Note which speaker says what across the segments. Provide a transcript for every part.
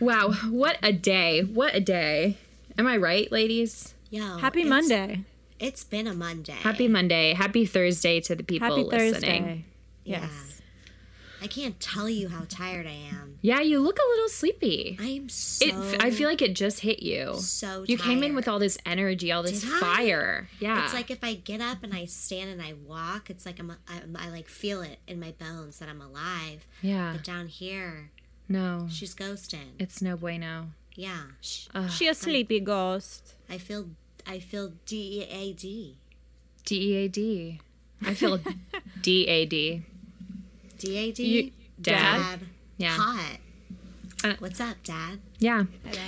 Speaker 1: Wow, what a day. What a day. Am I right, ladies?
Speaker 2: Yo,
Speaker 3: Happy
Speaker 2: it's-
Speaker 3: Monday.
Speaker 2: It's been a Monday.
Speaker 1: Happy Monday. Happy Thursday to the people
Speaker 3: Happy
Speaker 1: listening.
Speaker 3: Thursday.
Speaker 2: Yeah.
Speaker 3: Yes.
Speaker 2: I can't tell you how tired I am.
Speaker 1: Yeah, you look a little sleepy.
Speaker 2: I am so.
Speaker 1: It, I feel like it just hit you.
Speaker 2: so
Speaker 1: you came in
Speaker 2: tired.
Speaker 1: with all this energy, all this
Speaker 2: Did I?
Speaker 1: fire. Yeah.
Speaker 2: It's like if I get up and I stand and I walk, it's like I'm, I'm I like feel it in my bones that I'm alive.
Speaker 1: yeah.
Speaker 2: But down here,
Speaker 1: No,
Speaker 2: she's ghosting.
Speaker 1: it's no bueno.
Speaker 2: yeah,
Speaker 1: Uh.
Speaker 3: She a sleepy ghost.
Speaker 2: I feel I feel D E A D
Speaker 1: D E A D. I feel D E A D.
Speaker 2: D E A
Speaker 1: You-
Speaker 2: D.
Speaker 1: Dad? Yeah.
Speaker 2: Hot.
Speaker 1: Uh,
Speaker 2: What's up, Dad?
Speaker 1: Yeah.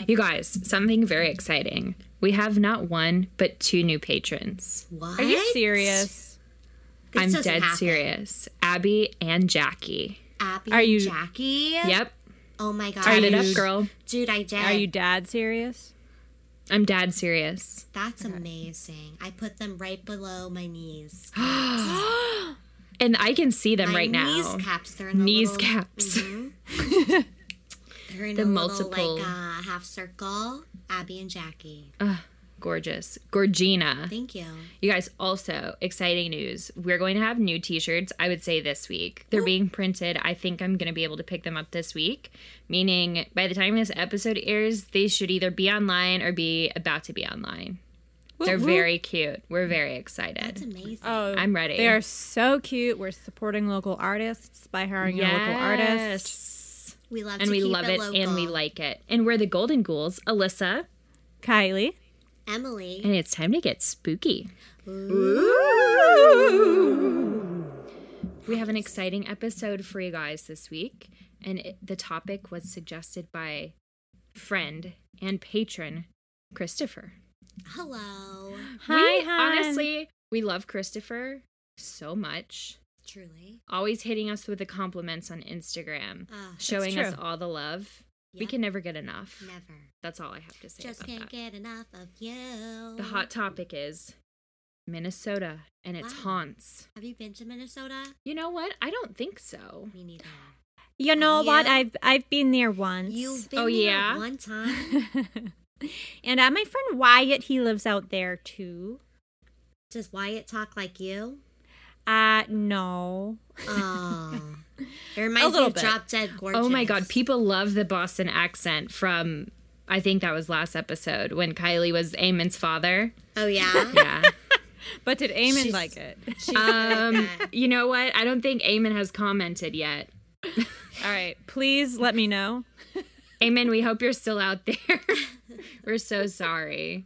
Speaker 1: You guys, something very exciting. We have not one, but two new patrons.
Speaker 2: What?
Speaker 3: Are you serious?
Speaker 2: This
Speaker 1: I'm
Speaker 2: doesn't
Speaker 1: dead
Speaker 2: happen.
Speaker 1: serious. Abby and Jackie.
Speaker 2: Abby,
Speaker 3: Are you-
Speaker 2: Jackie?
Speaker 1: Yep.
Speaker 2: Oh my god.
Speaker 1: Turn it up,
Speaker 3: you-
Speaker 1: girl.
Speaker 2: Dude, I did.
Speaker 3: Are you dad serious?
Speaker 1: I'm dad serious.
Speaker 2: That's amazing. I put them right below my knees.
Speaker 1: And I can see them
Speaker 2: my
Speaker 1: right
Speaker 2: knees
Speaker 1: now.
Speaker 2: caps. They're in a
Speaker 1: Knees
Speaker 2: little, Mm-hmm.
Speaker 1: caps.
Speaker 2: They're in
Speaker 1: The
Speaker 2: a little
Speaker 1: multiple- Uh,
Speaker 2: like uh, half circle. Abby and Jackie.
Speaker 1: Gorgeous. Gorgina.
Speaker 2: Thank you.
Speaker 1: You guys, also exciting news. We're going to have new t shirts, I would say this week. They're being printed. I think I'm going to be able to pick them up this week, meaning by the time this episode airs, they should either be online or be about to be online. They're
Speaker 3: whoop.
Speaker 1: very cute. We're very
Speaker 2: It's
Speaker 1: excited.
Speaker 2: amazing.
Speaker 3: Oh,
Speaker 1: I'm ready.
Speaker 3: They are so cute. We're supporting local artists by hiring a local artist.
Speaker 1: Yes.
Speaker 2: we love
Speaker 1: And
Speaker 2: to
Speaker 1: we
Speaker 2: keep
Speaker 1: love it
Speaker 2: local.
Speaker 1: and we like it. And we're the Golden Ghouls, Alyssa,
Speaker 3: Kylie.
Speaker 2: Emily.
Speaker 1: and it's time to get spooky. We have an exciting episode for you guys this week, and it, the topic was suggested by friend and patron Christopher.
Speaker 2: Hello.
Speaker 3: Hi,
Speaker 1: we
Speaker 3: hon.
Speaker 1: honestly, we love Christopher so much.
Speaker 2: Truly.
Speaker 1: Always hitting us with the compliments on Instagram,
Speaker 2: Ah, that's
Speaker 1: showing us
Speaker 3: true.
Speaker 1: all the love. We
Speaker 2: Yep.
Speaker 1: can never get enough.
Speaker 2: Never.
Speaker 1: That's all I have to say
Speaker 2: Just
Speaker 1: about
Speaker 2: can't
Speaker 1: that.
Speaker 2: get enough of you.
Speaker 1: The hot topic is Minnesota and its
Speaker 2: Wow.
Speaker 1: haunts.
Speaker 2: Have you been to Minnesota?
Speaker 1: You know what? I don't think so.
Speaker 2: Me neither.
Speaker 3: You know what?
Speaker 2: Yeah.
Speaker 3: I've I've been there once.
Speaker 2: You've been
Speaker 1: Oh,
Speaker 2: there
Speaker 1: yeah?
Speaker 2: one time.
Speaker 3: and uh, my friend Wyatt, he lives out there too.
Speaker 2: Does Wyatt talk like you?
Speaker 3: Uh no.
Speaker 2: Oh. It reminds me
Speaker 3: little
Speaker 2: of
Speaker 3: bit.
Speaker 2: Drop Dead Gorgeous.
Speaker 1: Oh my god, people love the Boston accent from I think that was last episode when Kylie was Eamon's father.
Speaker 2: Oh yeah.
Speaker 1: Yeah.
Speaker 3: But did Eamon
Speaker 2: She's-
Speaker 3: like it?
Speaker 1: um, you know what? I don't think Eamon has commented yet.
Speaker 3: All right. Uh, Please let me know.
Speaker 1: Eamon, we hope you're still out there. We're so sorry.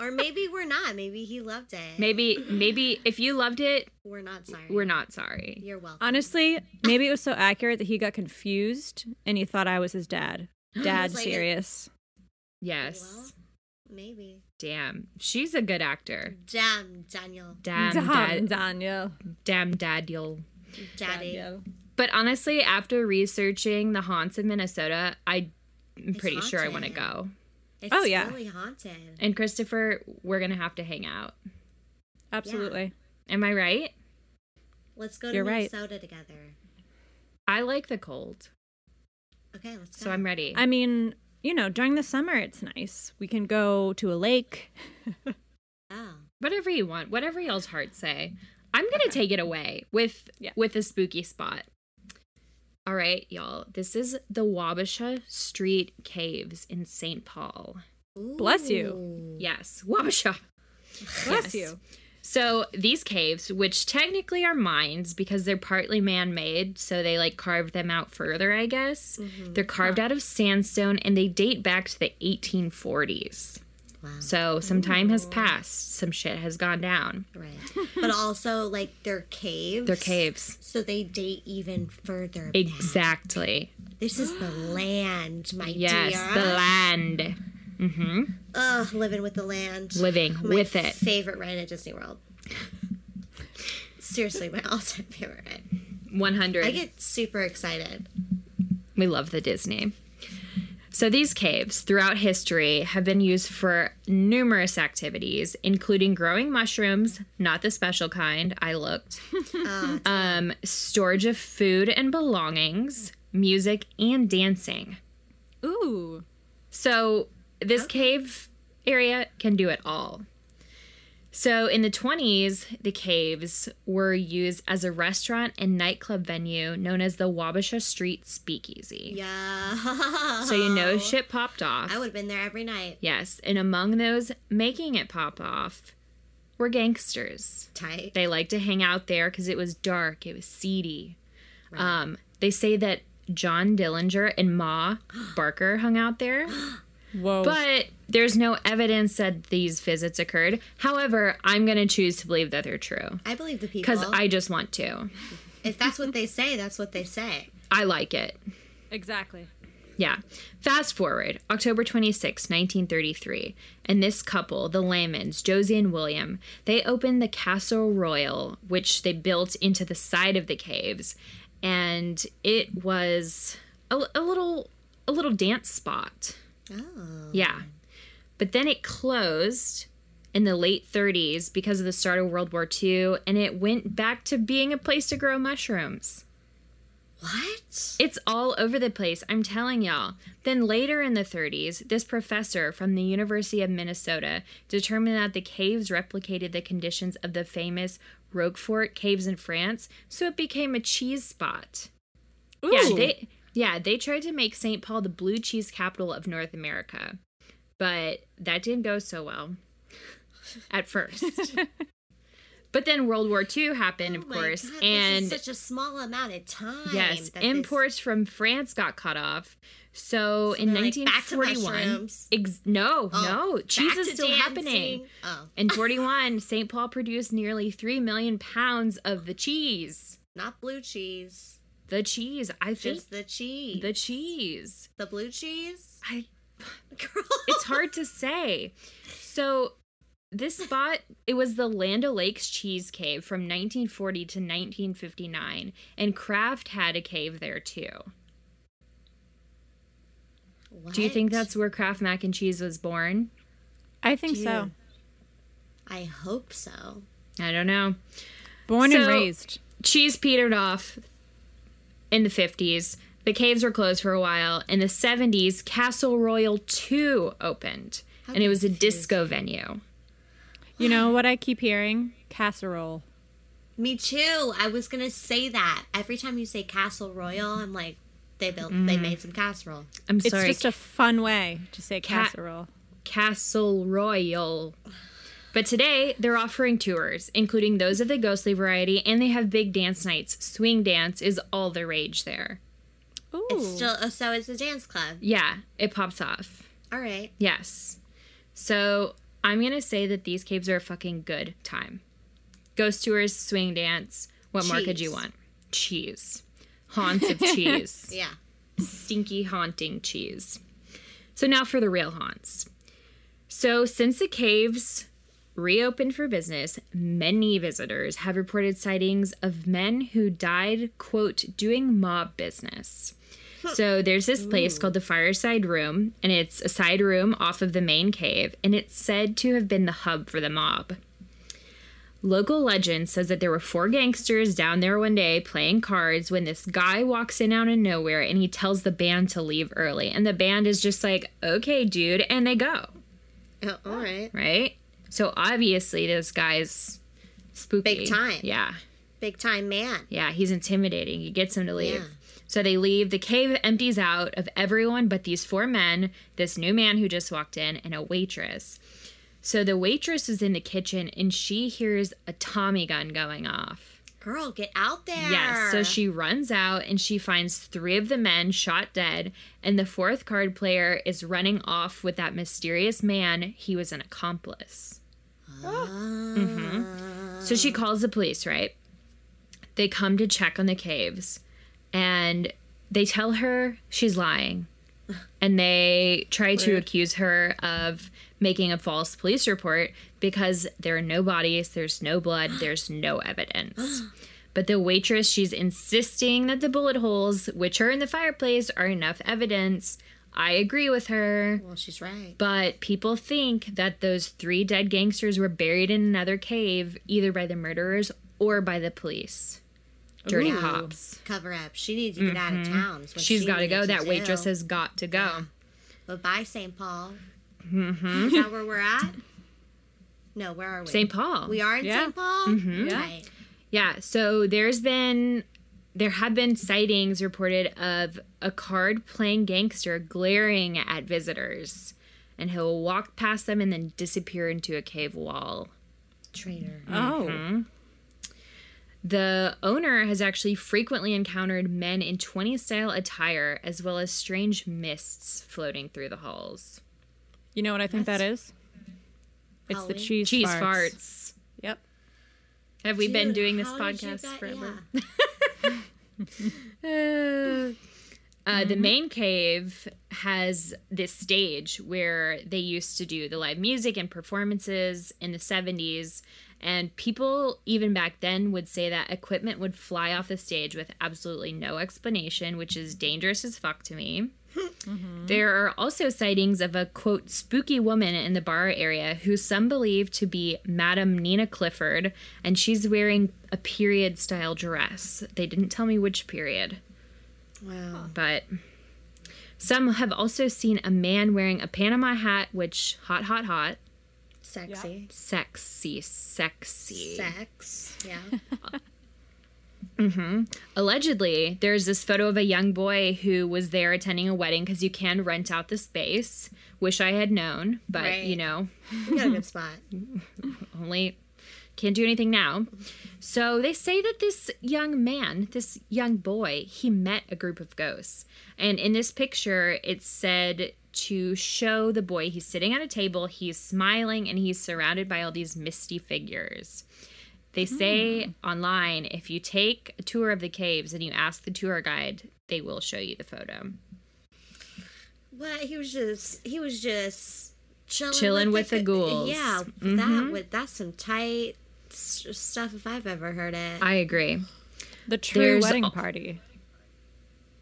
Speaker 2: or maybe we're not. Maybe he loved it.
Speaker 1: Maybe maybe if you loved it,
Speaker 2: we're not sorry.
Speaker 1: we're not sorry.
Speaker 2: You're welcome.
Speaker 3: Honestly, maybe it was so accurate that he got confused and he thought I was his dad. Dad
Speaker 2: like-
Speaker 3: serious.
Speaker 2: Well,
Speaker 1: Yes.
Speaker 2: maybe.
Speaker 1: Damn. She's a good actor.
Speaker 2: Damn, Daniel.
Speaker 1: Damn
Speaker 3: Damn,
Speaker 1: dad
Speaker 3: Daniel.
Speaker 1: damn dad you'll
Speaker 2: Daddy.
Speaker 3: Daniel.
Speaker 1: But honestly, after researching the haunts of Minnesota, I am
Speaker 2: It's
Speaker 1: pretty sure I want to go.
Speaker 2: haunted. It's
Speaker 3: Oh, yeah.
Speaker 2: really haunted.
Speaker 1: And Christopher, we're gonna have to hang out.
Speaker 3: Absolutely.
Speaker 1: Am I right?
Speaker 2: Let's go to
Speaker 3: You're right.
Speaker 2: Minnesota together.
Speaker 1: I like the cold,
Speaker 2: Okay, let's go.
Speaker 1: so I'm ready.
Speaker 3: I mean, you know, during the summer it's nice. We can go to a lake.
Speaker 2: Oh.
Speaker 1: whatever you want, whatever y'all's hearts say. I'm gonna take it away with
Speaker 3: Yeah.
Speaker 1: with a spooky spot. All right, y'all. This is the Wabasha Street Caves in St. Paul.
Speaker 3: Bless you.
Speaker 2: Ooh.
Speaker 1: Yes, Wabasha. Yes.
Speaker 3: Bless you.
Speaker 1: So these caves, which technically are mines because they're partly man-made, so they like carved them out further, I guess.
Speaker 2: Mm-hmm.
Speaker 1: They're carved out of sandstone and they date back to the 1840s.
Speaker 2: Wow.
Speaker 1: So some time has passed, some shit has gone down.
Speaker 2: Right. But also, like, they're caves.
Speaker 1: They're caves.
Speaker 2: So they date even further. back.
Speaker 1: Exactly.
Speaker 2: This is the land, my
Speaker 1: Yes,
Speaker 2: dear.
Speaker 1: the land. hmm
Speaker 2: Ugh, living with the land.
Speaker 1: Living
Speaker 2: My
Speaker 1: with it.
Speaker 2: Favorite ride at Disney World. Seriously, my all-time favorite ride.
Speaker 1: 100.
Speaker 2: I get super excited.
Speaker 1: We love the Disney. So, these caves throughout history have been used for numerous activities, including growing mushrooms, not the special kind, I looked,
Speaker 2: Uh,
Speaker 1: um, storage of food and belongings, music, and dancing.
Speaker 3: Ooh.
Speaker 1: So this
Speaker 2: Okay.
Speaker 1: cave area can do it all. So in the 20s, the caves were used as a restaurant and nightclub venue known as the Wabasha Street Speakeasy.
Speaker 2: Yeah.
Speaker 1: So you know shit popped off.
Speaker 2: I would have been there every night.
Speaker 1: Yes, and among those making it pop off were gangsters.
Speaker 2: Tight.
Speaker 1: They liked to hang out there because it was dark, it was seedy. Um, they say that John Dillinger and Ma Barker hung out there.
Speaker 3: Whoa.
Speaker 1: But there's no evidence that these visits occurred. However, I'm going to choose to believe that they're true
Speaker 2: I believe the people.
Speaker 1: because I just want to.
Speaker 2: if that's what they say, that's what they say.
Speaker 1: I like it.
Speaker 3: exactly.
Speaker 1: Yeah. Fast forward, October 26, 1933, and this couple, the Lamans, Josie and William, they opened the Castle Royal, which they built into the side of the caves, and it was a, a little a little dance spot.
Speaker 2: Oh.
Speaker 1: Yeah. But then it closed in the late 30s because of the start of World War II, and it went back to being a place to grow mushrooms.
Speaker 2: What?
Speaker 1: It's all over the place, I'm telling y'all. Then later in the 30s, this professor from the University of Minnesota determined that the caves replicated the conditions of the famous Roquefort caves in France, so it became a cheese spot.
Speaker 3: Ooh.
Speaker 1: Yeah, they yeah, they tried to make St. Paul the blue cheese capital of North America. But that didn't go so well at first. but then World War II happened, of
Speaker 2: Oh my
Speaker 1: course,
Speaker 2: God,
Speaker 1: and
Speaker 2: this is such a small amount of time.
Speaker 1: yes,
Speaker 2: that this-
Speaker 1: imports from France got cut off. So, in
Speaker 2: they're like, "Back to
Speaker 1: 1941,
Speaker 2: mushrooms."
Speaker 1: ex- no,
Speaker 2: Oh,
Speaker 1: no,
Speaker 2: back
Speaker 1: cheese is
Speaker 2: to
Speaker 1: still happening.
Speaker 2: dancing. Oh,
Speaker 1: In 41, St. Paul produced nearly 3 million pounds of the cheese.
Speaker 2: not blue cheese,
Speaker 1: The cheese, I think
Speaker 2: just the cheese.
Speaker 1: the cheese.
Speaker 2: The blue cheese.
Speaker 1: I
Speaker 2: Girl.
Speaker 1: it's hard to say. So this spot it was the Land O'Lakes cheese cave from 1940 to 1959 and Kraft had a cave there too. Do you think
Speaker 2: What?
Speaker 1: that's where Kraft mac and cheese was born?
Speaker 3: I think
Speaker 2: Dude.
Speaker 3: so.
Speaker 2: I hope so.
Speaker 1: I don't know.
Speaker 3: Born and
Speaker 1: So-
Speaker 3: raised.
Speaker 1: Cheese petered off in the 50s. The caves were closed for a while. In the 70s, Castle Royal 2 opened
Speaker 2: How
Speaker 1: and it was a
Speaker 2: confusing.
Speaker 1: disco venue.
Speaker 3: You know what I keep hearing? Casserole.
Speaker 2: Me too. I was gonna say that every time you say Castle Royal, I'm like, they built, they
Speaker 1: Mm.
Speaker 2: made some casserole.
Speaker 1: I'm
Speaker 3: It's
Speaker 1: sorry.
Speaker 3: just a fun way to say
Speaker 1: Ca-
Speaker 3: casserole.
Speaker 1: Castle Royal. But today, they're offering tours, including those of the ghostly variety, and they have big dance nights. Swing dance is all the rage there.
Speaker 3: Ooh.
Speaker 2: It's still oh, so it's a dance club.
Speaker 1: Yeah, it pops off.
Speaker 2: All right.
Speaker 1: Yes. So I'm going to say that these caves are a fucking good time. Ghost tours, swing dance. What more could you
Speaker 2: Cheese.
Speaker 1: want? Cheese. Haunts of cheese.
Speaker 2: Yeah.
Speaker 1: stinky haunting cheese. So now for the real haunts. So since the caves reopened for business, many visitors have reported sightings of men who died, quote, doing mob business. So there's this place called the Fireside Room, and it's a side room off of the main cave, and it's said to have been the hub for the mob. Local legend says that there were four gangsters down there one day playing cards when this guy walks in out of nowhere and he tells the band to leave early. And the band is just like, okay, dude, and they go,
Speaker 2: Oh, all right.
Speaker 1: right? So obviously, this guy's spooky.
Speaker 2: Big time.
Speaker 1: Yeah.
Speaker 2: Big time man.
Speaker 1: Yeah, he's intimidating. He gets them to leave.
Speaker 2: Yeah.
Speaker 1: So they leave. The cave empties out of everyone but these four men, this new man who just walked in, and a waitress. So the waitress is in the kitchen and she hears a Tommy gun going off.
Speaker 2: Girl, get out there.
Speaker 1: Yes. So she runs out and she finds three of the men shot dead, and the fourth card player is running off with that mysterious man. He was an accomplice. Mm-hmm. So she calls the police, right? They come to check on the caves and they tell her she's lying. And they try to accuse her of making a false police report because there are no bodies, there's no blood, there's no evidence. But the waitress, she's insisting that the bullet holes, which are in the fireplace, are enough evidence. I agree with her.
Speaker 2: Well, she's right.
Speaker 1: But people think that those three dead gangsters were buried in another cave, either by the murderers or by the police. Dirty
Speaker 2: Ooh.
Speaker 1: Cops.
Speaker 2: cover up. She needs to get out of town. is what
Speaker 1: Mm-hmm. She's
Speaker 2: she
Speaker 1: got to
Speaker 2: needed
Speaker 1: go. That
Speaker 2: do.
Speaker 1: waitress has got to go.
Speaker 2: But bye, St. Paul. Is that where we're at? No, where are we?
Speaker 1: St. Mm-hmm. Paul. Mm-hmm.
Speaker 2: We are in
Speaker 3: Yeah.
Speaker 2: St. Paul?
Speaker 3: Yeah.
Speaker 2: Right.
Speaker 1: Yeah, so there's been there have been sightings reported of a card playing gangster glaring at visitors and he'll walk past them and then disappear into a cave wall.
Speaker 2: Traitor.
Speaker 3: Oh.
Speaker 1: The owner has actually frequently encountered men in 20s style attire as well as strange mists floating through the halls.
Speaker 3: You know what I think that is? It's the
Speaker 2: Halloween?
Speaker 3: cheese
Speaker 1: Cheese
Speaker 3: farts.
Speaker 1: farts.
Speaker 3: Yep.
Speaker 1: Have we been
Speaker 2: Dude,
Speaker 1: doing this
Speaker 2: how did you
Speaker 1: podcast
Speaker 2: get-
Speaker 1: forever?
Speaker 2: yeah.
Speaker 1: Uh, The main cave has this stage where they used to do the live music and performances in the 70s. And people, even back then, would say that equipment would fly off the stage with absolutely no explanation, which is dangerous as fuck to me. There are also sightings of a quote spooky woman in the bar area who some believe to be Madame Nina Clifford, and she's wearing a period style dress. They didn't tell me which period,
Speaker 2: Wow.
Speaker 1: but some have also seen a man wearing a Panama hat, which hot, hot, hot,
Speaker 2: Sexy.
Speaker 1: sexy, sexy.
Speaker 2: Sex. Yeah.
Speaker 1: Allegedly, there's this photo of a young boy who was there attending a wedding because you can rent out the space. Wish I had known, but
Speaker 2: Right.
Speaker 1: you know,
Speaker 2: You got a good spot.
Speaker 1: only can't do anything now. So they say that this young man, this young boy, he met a group of ghosts. And in this picture, it's said to show the boy he's sitting at a table, he's smiling, and he's surrounded by all these misty figures. They say online if you take a tour of the caves and you ask the tour guide, they will show you the photo.
Speaker 2: Well, he was just he was just chilling,
Speaker 1: Chilling with the
Speaker 2: g-
Speaker 1: ghouls. Mm-hmm.
Speaker 2: Yeah, that would that's some tight s- stuff if I've ever heard it.
Speaker 1: I agree.
Speaker 3: The true
Speaker 1: There's
Speaker 3: wedding
Speaker 1: al-
Speaker 3: party.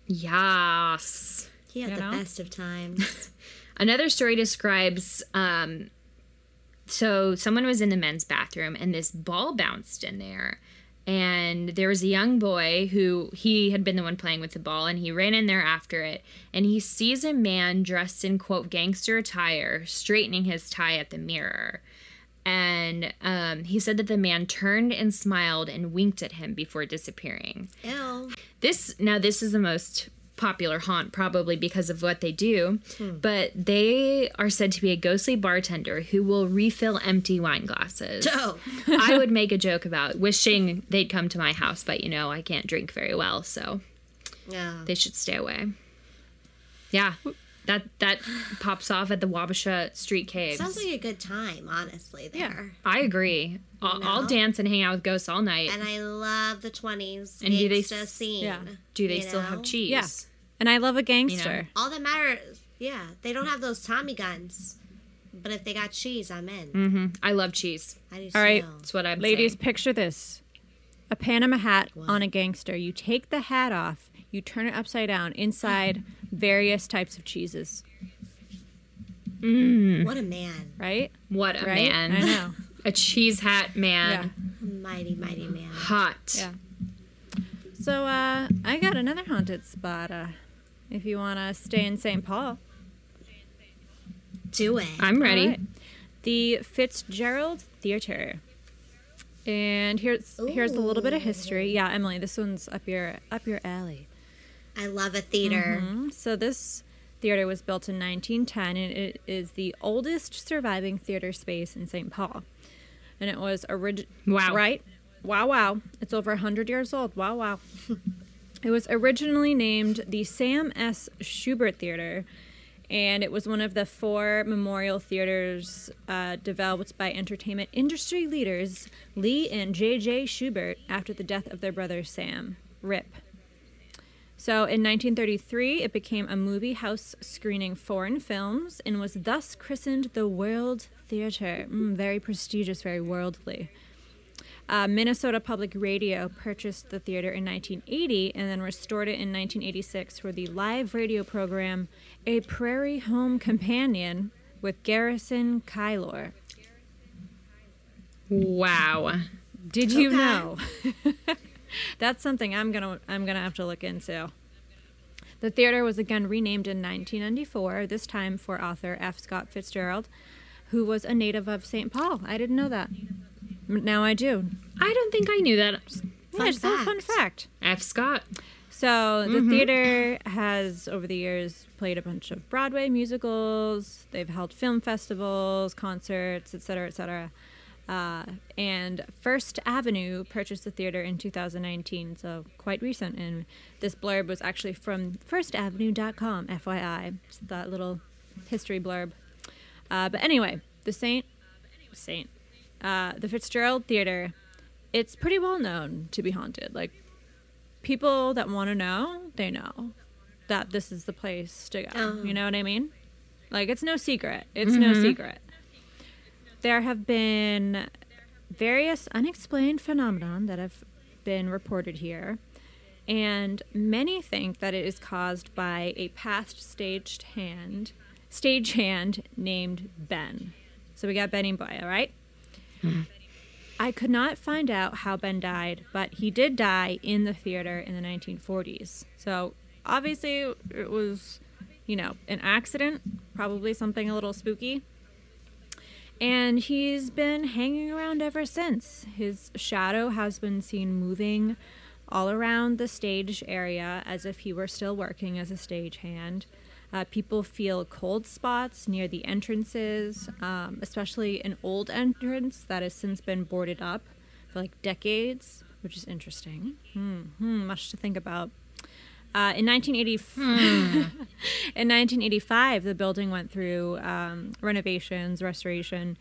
Speaker 1: Yes.
Speaker 2: he had
Speaker 3: You
Speaker 2: the
Speaker 3: know?
Speaker 2: best of times.
Speaker 1: Another story describes um, so someone was in the men's bathroom and this ball bounced in there. And there was a young boy who he had been the one playing with the ball and he ran in there after it. And he sees a man dressed in quote gangster attire straightening his tie at the mirror. And um, he said that the man turned and smiled and winked at him before disappearing.
Speaker 2: Ew.
Speaker 1: This now this is the most popular haunt probably because of what they do,
Speaker 2: Hmm.
Speaker 1: but they are said to be a ghostly bartender who will refill empty wine glasses.
Speaker 2: Oh,
Speaker 1: I would make a joke about wishing they'd come to my house, but you know, I can't drink very well, so
Speaker 2: yeah.
Speaker 1: they should stay away. Yeah. That that pops off at the Wabasha Street Caves.
Speaker 2: Sounds like a good time, honestly. There,
Speaker 1: I agree. I'll, I'll
Speaker 2: No.
Speaker 1: dance and hang out with ghosts all night.
Speaker 2: and I love the twenties.
Speaker 1: And do they
Speaker 2: gangsta
Speaker 1: s-
Speaker 2: scene?
Speaker 3: yeah.
Speaker 1: do they
Speaker 2: you
Speaker 1: still
Speaker 2: know?
Speaker 1: have cheese?
Speaker 3: Yeah. And I love a gangster.
Speaker 2: All that matters. Yeah, they don't have those Tommy guns, but if they got cheese, I'm in.
Speaker 1: I love cheese.
Speaker 2: I do
Speaker 3: All right.
Speaker 1: That's what I'm
Speaker 3: Ladies,
Speaker 1: saying.
Speaker 3: picture this a Panama hat on a gangster. You take the hat off, you turn it upside down inside various types of cheeses,
Speaker 2: What a man,
Speaker 3: right?
Speaker 1: What a
Speaker 3: Right?
Speaker 1: man.
Speaker 3: I know.
Speaker 1: A cheese hat man.
Speaker 3: Yeah.
Speaker 2: mighty, mighty man.
Speaker 1: Hot.
Speaker 3: Yeah. So uh, I got another haunted spot uh, if you want to stay in St. Paul.
Speaker 2: Do it.
Speaker 1: I'm ready.
Speaker 3: All right. The Fitzgerald Theater. And here's here's a little bit of history. Yeah, Emily, this one's up your up your alley.
Speaker 2: I love a theater.
Speaker 1: Mm-hmm.
Speaker 3: Mhm. So this theater was built in 1910, and it is the oldest surviving theater space in St. Paul. And it was original.
Speaker 1: Wow.
Speaker 3: Right? Wow, wow. It's over 100 years old. Wow, wow. it was originally named the Sam S. Schubert Theater, and it was one of the four memorial theaters uh, developed by entertainment industry leaders Lee and J.J. Schubert after the death of their brother Sam. Rip. So in 1933, it became a movie house screening foreign films and was thus christened the World Theater. Mm, very prestigious, very worldly. Uh, Minnesota Public Radio purchased the theater in 1980 and then restored it in 1986 for the live radio program A Prairie Home Companion with Garrison Kylor.
Speaker 1: Wow.
Speaker 3: Did you
Speaker 2: Okay.
Speaker 3: know? That's something I'm gonna I'm gonna have to look into. The theater was again renamed in 1994, this time for author F. Scott Fitzgerald, who was a native of St. Paul. I didn't know that. M- Now I do.
Speaker 1: I don't think I knew that.
Speaker 3: Yeah, just a little fun
Speaker 2: fact.
Speaker 3: fact.
Speaker 1: F. Scott.
Speaker 3: So the theater has, over the years, played a bunch of Broadway musicals. They've held film festivals, concerts, etc., etc. Uh, and First Avenue purchased the theater in 2019, so quite recent. And this blurb was actually from firstavenue.com, FYI. It's that little history blurb. Uh, but anyway, the Saint, Saint, uh, the Fitzgerald Theater, it's pretty well known to be haunted. Like people that want to know, they know that this is the place to go.
Speaker 2: Oh.
Speaker 3: You know what I mean? Like it's no secret. It's no secret. There have been various unexplained phenomenon that have been reported here. And many think that it is caused by a past staged hand, stage hand named Ben. So we got Benny Boy, all right? I could not find out how Ben died, but he did die in the theater in the 1940s. So obviously it was, you know, an accident, probably something a little spooky. And he's been hanging around ever since. His shadow has been seen moving all around the stage area as if he were still working as a stagehand. Uh, people feel cold spots near the entrances, um, especially an old entrance that has since been boarded up for like decades, which is interesting. Hmm, hmm, much to think about. Uh, in 1985, in 1985, the building went through um, renovations, restoration,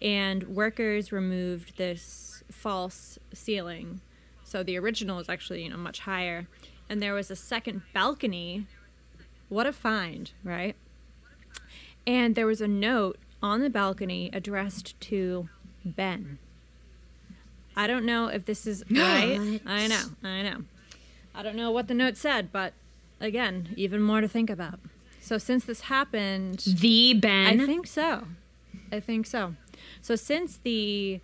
Speaker 3: and workers removed this false ceiling. So the original is actually you know much higher, and there was a second balcony. What a find, right? And there was a note on the balcony addressed to Ben. I don't know if this is right.
Speaker 2: What?
Speaker 3: I know, I know. I don't know what the note said, but again, even more to think about. So since this happened,
Speaker 1: The Ben.
Speaker 3: I think so. I think so. So since the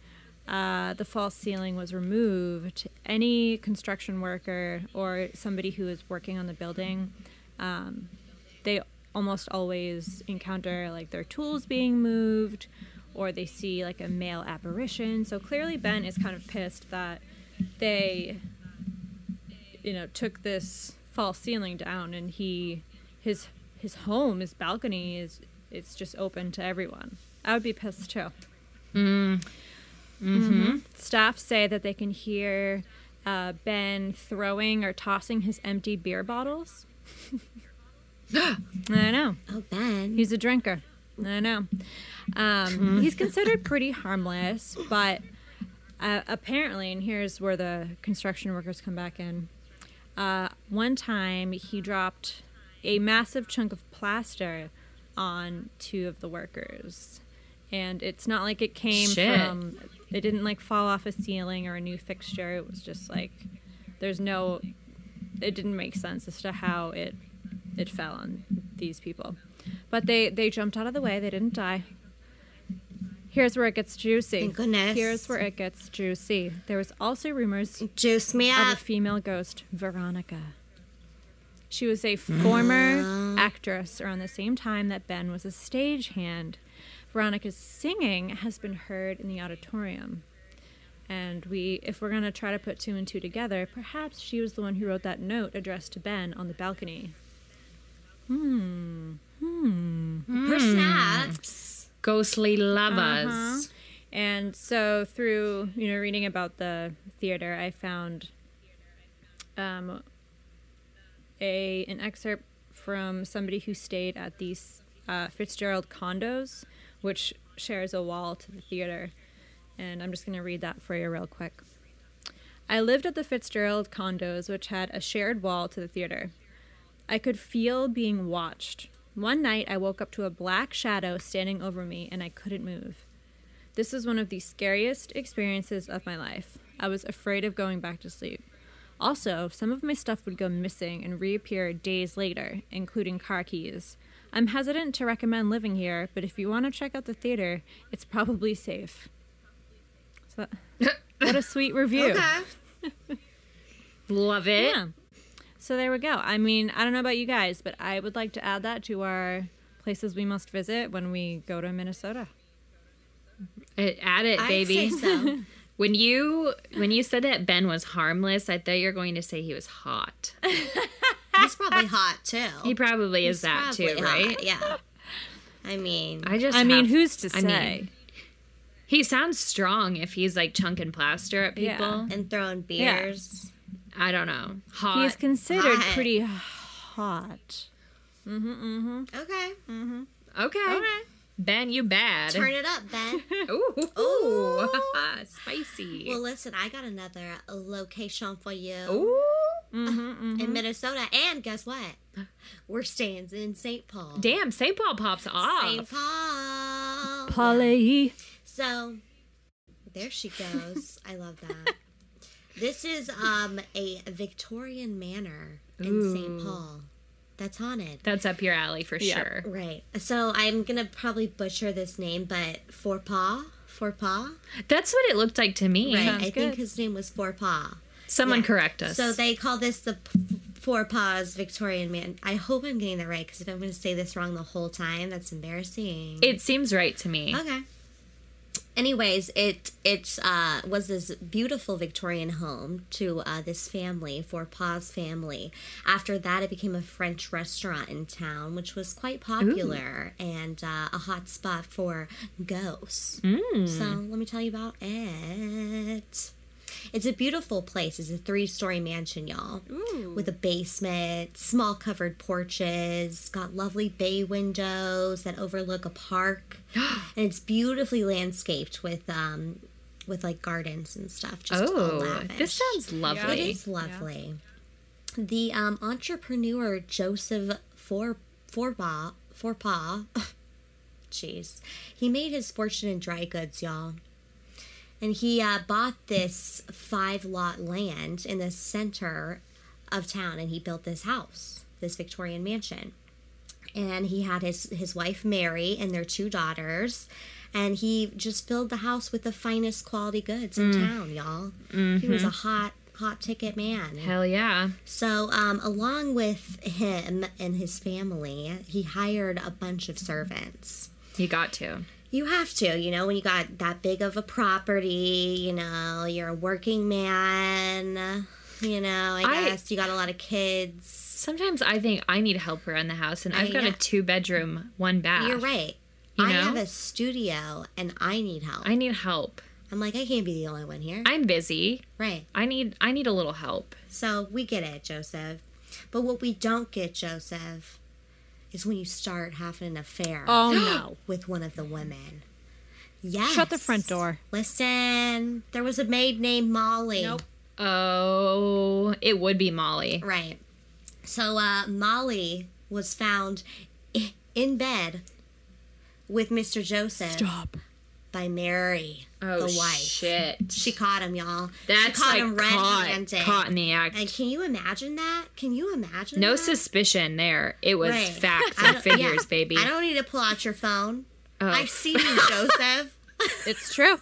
Speaker 3: uh, the false ceiling was removed, any construction worker or somebody who is working on the building, um, they almost always encounter like their tools being moved, or they see like a male apparition. So clearly, Ben is kind of pissed that they, you know, took this false ceiling down, and he, his his home, his balcony is it's just open to everyone. I would be pissed too. Mm-hmm. Staff say that they can hear uh, Ben throwing or tossing his empty beer bottles. I know.
Speaker 2: Oh, Ben.
Speaker 3: He's a drinker. I know. Um, he's considered pretty harmless, but uh, apparently, and here's where the construction workers come back in. Uh, one time, he dropped a massive chunk of plaster on two of the workers, and it's not like it came
Speaker 1: Shit.
Speaker 3: from. It didn't like fall off a ceiling or a new fixture. It was just like there's no. It didn't make sense as to how it it fell on these people. But they they jumped out of the way. They didn't die. Here's where it gets juicy.
Speaker 2: Thank goodness.
Speaker 3: Here's where it gets juicy. There was also rumors of
Speaker 2: Juice me
Speaker 3: a
Speaker 2: up.
Speaker 3: female ghost, Veronica. She was a former actress around the same time that Ben was a stagehand. Veronica's singing has been heard in the auditorium. And we if we're going to try to put two and two together, perhaps she was the one who wrote that note addressed to Ben on the balcony.
Speaker 2: Her
Speaker 1: mm,
Speaker 2: snaps.
Speaker 1: Ghostly
Speaker 3: Uh-huh.
Speaker 1: lovers.
Speaker 3: And so through you know reading about the theater, I found um, a an excerpt from somebody who stayed at these uh, Fitzgerald condos, which shares a wall to the theater. And I'm just going to read that for you real quick. I lived at the Fitzgerald condos, which had a shared wall to the theater. I could feel being watched. One night, I woke up to a black shadow standing over me, and I couldn't move. This was one of the scariest experiences of my life. I was afraid of going back to sleep. Also, some of my stuff would go missing and reappear days later, including car keys. I'm hesitant to recommend living here, but if you want to check out the theater, it's probably safe. So, what a sweet review.
Speaker 2: Okay.
Speaker 1: Love it.
Speaker 3: Yeah. So there we go. I mean, I don't know about you guys, but I would like to add that to our places we must visit when we go to Minnesota.
Speaker 1: Uh, Add it,
Speaker 2: I'd say
Speaker 1: baby.
Speaker 2: so.
Speaker 1: When you when you said that Ben was harmless, I thought you were going to say he was hot.
Speaker 2: He's probably hot too.
Speaker 1: He probably is that too,
Speaker 2: Probably hot,
Speaker 1: right?
Speaker 2: Yeah. I mean,
Speaker 1: I just
Speaker 3: I mean,
Speaker 1: have-
Speaker 3: who's to
Speaker 1: I
Speaker 3: say?
Speaker 1: mean, he sounds strong if he's like chunking plaster at
Speaker 3: Yeah.
Speaker 1: people.
Speaker 2: and throwing beers.
Speaker 1: I don't know. Hot.
Speaker 3: He's considered
Speaker 2: Hot.
Speaker 3: pretty hot.
Speaker 2: Okay.
Speaker 1: Mm-hmm. okay. Ben, you bad.
Speaker 2: Turn it up, Ben.
Speaker 1: Ooh.
Speaker 2: Ooh.
Speaker 1: Spicy.
Speaker 2: well, listen, I got another location for you
Speaker 1: Ooh. Mm-hmm.
Speaker 2: in Minnesota. And guess what? We're staying in St. Paul.
Speaker 1: Damn, St. Paul pops off.
Speaker 2: St. Paul.
Speaker 3: Polly.
Speaker 2: So there she goes. I love that. This is um a Victorian manor in St.
Speaker 1: Ooh.
Speaker 2: Paul that's haunted.
Speaker 1: That's up your alley for
Speaker 3: Yeah.
Speaker 1: sure.
Speaker 2: Right. So I'm gonna probably butcher this name, but Fourpaw, Fourpaw.
Speaker 1: That's what it looked like to me.
Speaker 2: Right.
Speaker 3: Sounds
Speaker 2: I think
Speaker 3: good.
Speaker 2: his name was Fourpaw.
Speaker 1: Someone
Speaker 2: Yeah.
Speaker 1: correct us.
Speaker 2: So they call this the P- Four Paws Victorian Man. I hope I'm getting that right because if I'm gonna say this wrong the whole time, that's embarrassing.
Speaker 1: it seems right to me.
Speaker 2: Okay. Anyways, it it uh, was this beautiful Victorian home to uh, this family, for Pa's family. After that, it became a French restaurant in town, which was quite popular and uh, a hot spot for ghosts. So let me tell you about it. It's a beautiful place. It's a three story mansion, y'all.
Speaker 1: Mm.
Speaker 2: With a basement, small covered porches, got lovely bay windows that overlook a park. and it's beautifully landscaped with um with like gardens and stuff. Just all
Speaker 1: Oh,
Speaker 2: lavish.
Speaker 1: this sounds
Speaker 2: It
Speaker 1: lovely.
Speaker 2: is lovely. The um, entrepreneur Joseph For Forbaugh Forpaw, jeez, he made his fortune in dry goods, y'all. And he uh, bought this five lot land in the center of town, and he built this house, this Victorian mansion and he had his his wife Mary and their two daughters and he just filled the house with the finest quality goods in town y'all he was a hot hot ticket man
Speaker 1: Hell yeah.
Speaker 2: so um, along with him and his family he hired a bunch of servants
Speaker 1: You got to.
Speaker 2: you have to, you know, when you got that big of a property, you know, you're a working man, you know, I,
Speaker 1: I-
Speaker 2: guess you got a lot of kids.
Speaker 1: Sometimes I think I need help around the house, and I've
Speaker 2: I
Speaker 1: got
Speaker 2: know.
Speaker 1: a two bedroom, one bath.
Speaker 2: You're right.
Speaker 1: You
Speaker 2: I
Speaker 1: know?
Speaker 2: have a studio and I need help.
Speaker 1: I need help.
Speaker 2: I'm like, I can't be the only one here.
Speaker 1: I'm busy.
Speaker 2: right.
Speaker 1: I need I need a little help.
Speaker 2: So we get it, Joseph. But what we don't get, Joseph, is when you start having an affair
Speaker 3: Oh no.
Speaker 2: with one of the women. Yes.
Speaker 3: Shut the front door.
Speaker 2: Listen, there was a maid named Molly.
Speaker 3: Nope.
Speaker 1: Oh, it would be Molly.
Speaker 2: Right. So uh, Molly was found i- in bed with Mr. Joseph
Speaker 3: Stop.
Speaker 2: by Mary,
Speaker 1: Oh
Speaker 2: the wife.
Speaker 1: shit.
Speaker 2: She caught him, y'all.
Speaker 1: That's
Speaker 2: she caught
Speaker 1: like
Speaker 2: him
Speaker 1: caught,
Speaker 2: red-handed.
Speaker 1: caught in the act.
Speaker 2: And can you imagine that? Can you imagine?
Speaker 1: no
Speaker 2: that?
Speaker 1: suspicion there. It was
Speaker 2: Right.
Speaker 1: facts
Speaker 2: I
Speaker 1: and
Speaker 2: don't- yeah.
Speaker 1: figures, baby.
Speaker 2: I don't need to pull out your phone.
Speaker 1: Oh.
Speaker 2: I see you, Joseph.
Speaker 3: It's true.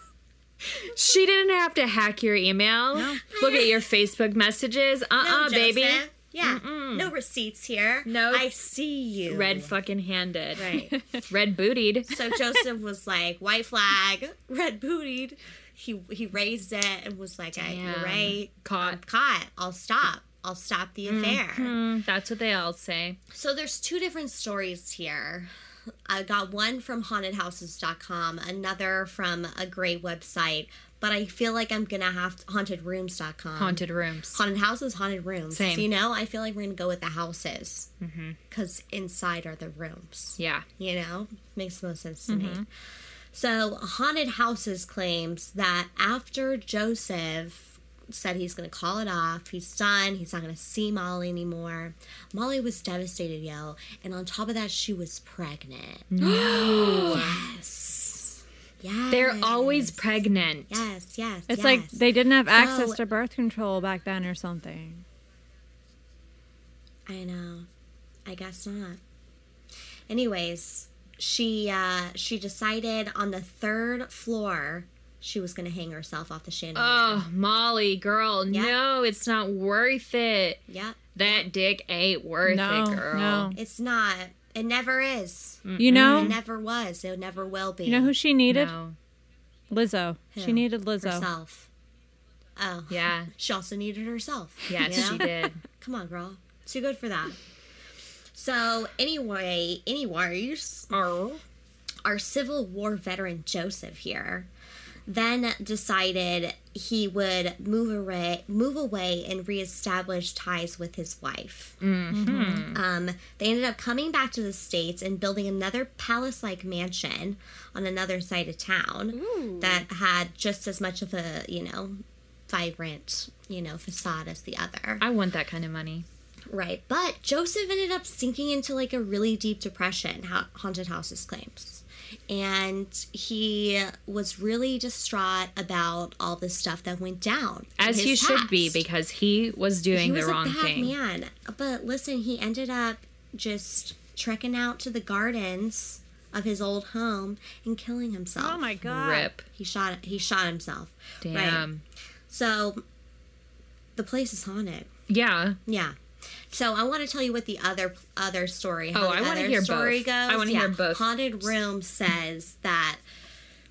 Speaker 1: She didn't have to hack your email. Look at your Facebook messages. Uh uh
Speaker 2: No,
Speaker 1: baby.
Speaker 2: Joseph. Yeah. No receipts here.
Speaker 1: No.
Speaker 2: I see you.
Speaker 1: Red fucking handed.
Speaker 2: Right.
Speaker 1: Red bootied.
Speaker 2: So Joseph was like, white flag, red bootied. He he raised it and was like, I, you're
Speaker 1: Damn.
Speaker 2: right.
Speaker 1: Caught.
Speaker 2: I'm caught. I'll stop. I'll stop the affair.
Speaker 1: Mm, that's what they all say.
Speaker 2: So there's two different stories here. I got one from hauntedhouses.com, another from a great website, but I feel like I'm gonna have to, hauntedrooms.com.
Speaker 1: Haunted rooms.
Speaker 2: Um, haunted houses, haunted rooms.
Speaker 1: Same. Mm-hmm.
Speaker 2: You know, I feel like we're gonna go with the houses because inside are the rooms.
Speaker 1: yeah.
Speaker 2: You know, makes the most sense to
Speaker 3: Mm-hmm.
Speaker 2: me. So, Haunted Houses claims that after Joseph said he's going to call it off, he's done, he's not going to see Molly anymore, Molly was devastated, yo. And on top of that, she was pregnant. yes. Yes.
Speaker 1: They're always pregnant.
Speaker 2: Yes, yes.
Speaker 3: It's
Speaker 2: yes.
Speaker 3: like they didn't have access
Speaker 2: So-
Speaker 3: to birth control back then or something.
Speaker 2: I know. I guess not. Anyways, she uh, she decided on the third floor she was going to hang herself off the chandelier.
Speaker 1: Oh, Molly, girl,
Speaker 2: Yeah.
Speaker 1: no, it's not worth it.
Speaker 2: Yep.
Speaker 1: That dick ain't worth
Speaker 3: No,
Speaker 1: it, girl.
Speaker 3: no.
Speaker 2: It's not. It never is.
Speaker 3: You know,
Speaker 2: It never was. It never will be.
Speaker 3: Mm. you know who she needed?
Speaker 1: No.
Speaker 3: Lizzo. She
Speaker 2: Who?
Speaker 3: needed Lizzo.
Speaker 2: Herself. Oh.
Speaker 1: Yeah.
Speaker 2: She also needed herself.
Speaker 1: Yes,
Speaker 2: you know?
Speaker 1: she did.
Speaker 2: Come on, girl. Too good for that. So anyway, anyways,
Speaker 1: Oh.
Speaker 2: our Civil War veteran Joseph here then decided he would move away, move away and reestablish ties with his wife. Um, they ended up coming back to the States and building another palace like mansion on another side of town that had just as much of a, you know, vibrant, you know, facade as the other.
Speaker 1: I want that kind of money.
Speaker 2: Right, but Joseph ended up sinking into like a really deep depression, ha- Haunted Houses claims. And he was really distraught about all the stuff that went down. in
Speaker 1: As
Speaker 2: his
Speaker 1: he should be
Speaker 2: past.
Speaker 1: because he was doing
Speaker 2: he was
Speaker 1: the wrong
Speaker 2: a bad
Speaker 1: thing.
Speaker 2: man. But listen, he ended up just trekking out to the gardens of his old home and killing himself.
Speaker 3: Oh my god.
Speaker 1: Rip.
Speaker 2: He shot he shot himself. Right.
Speaker 1: Damn.
Speaker 2: So the place is haunted.
Speaker 1: Yeah.
Speaker 2: Yeah. So I want to tell you what the other other story. how
Speaker 1: Oh,
Speaker 2: the
Speaker 1: I wanna
Speaker 2: other
Speaker 1: hear
Speaker 2: story
Speaker 1: both.
Speaker 2: Goes.
Speaker 1: I wanna hear both.
Speaker 2: Haunted Room says that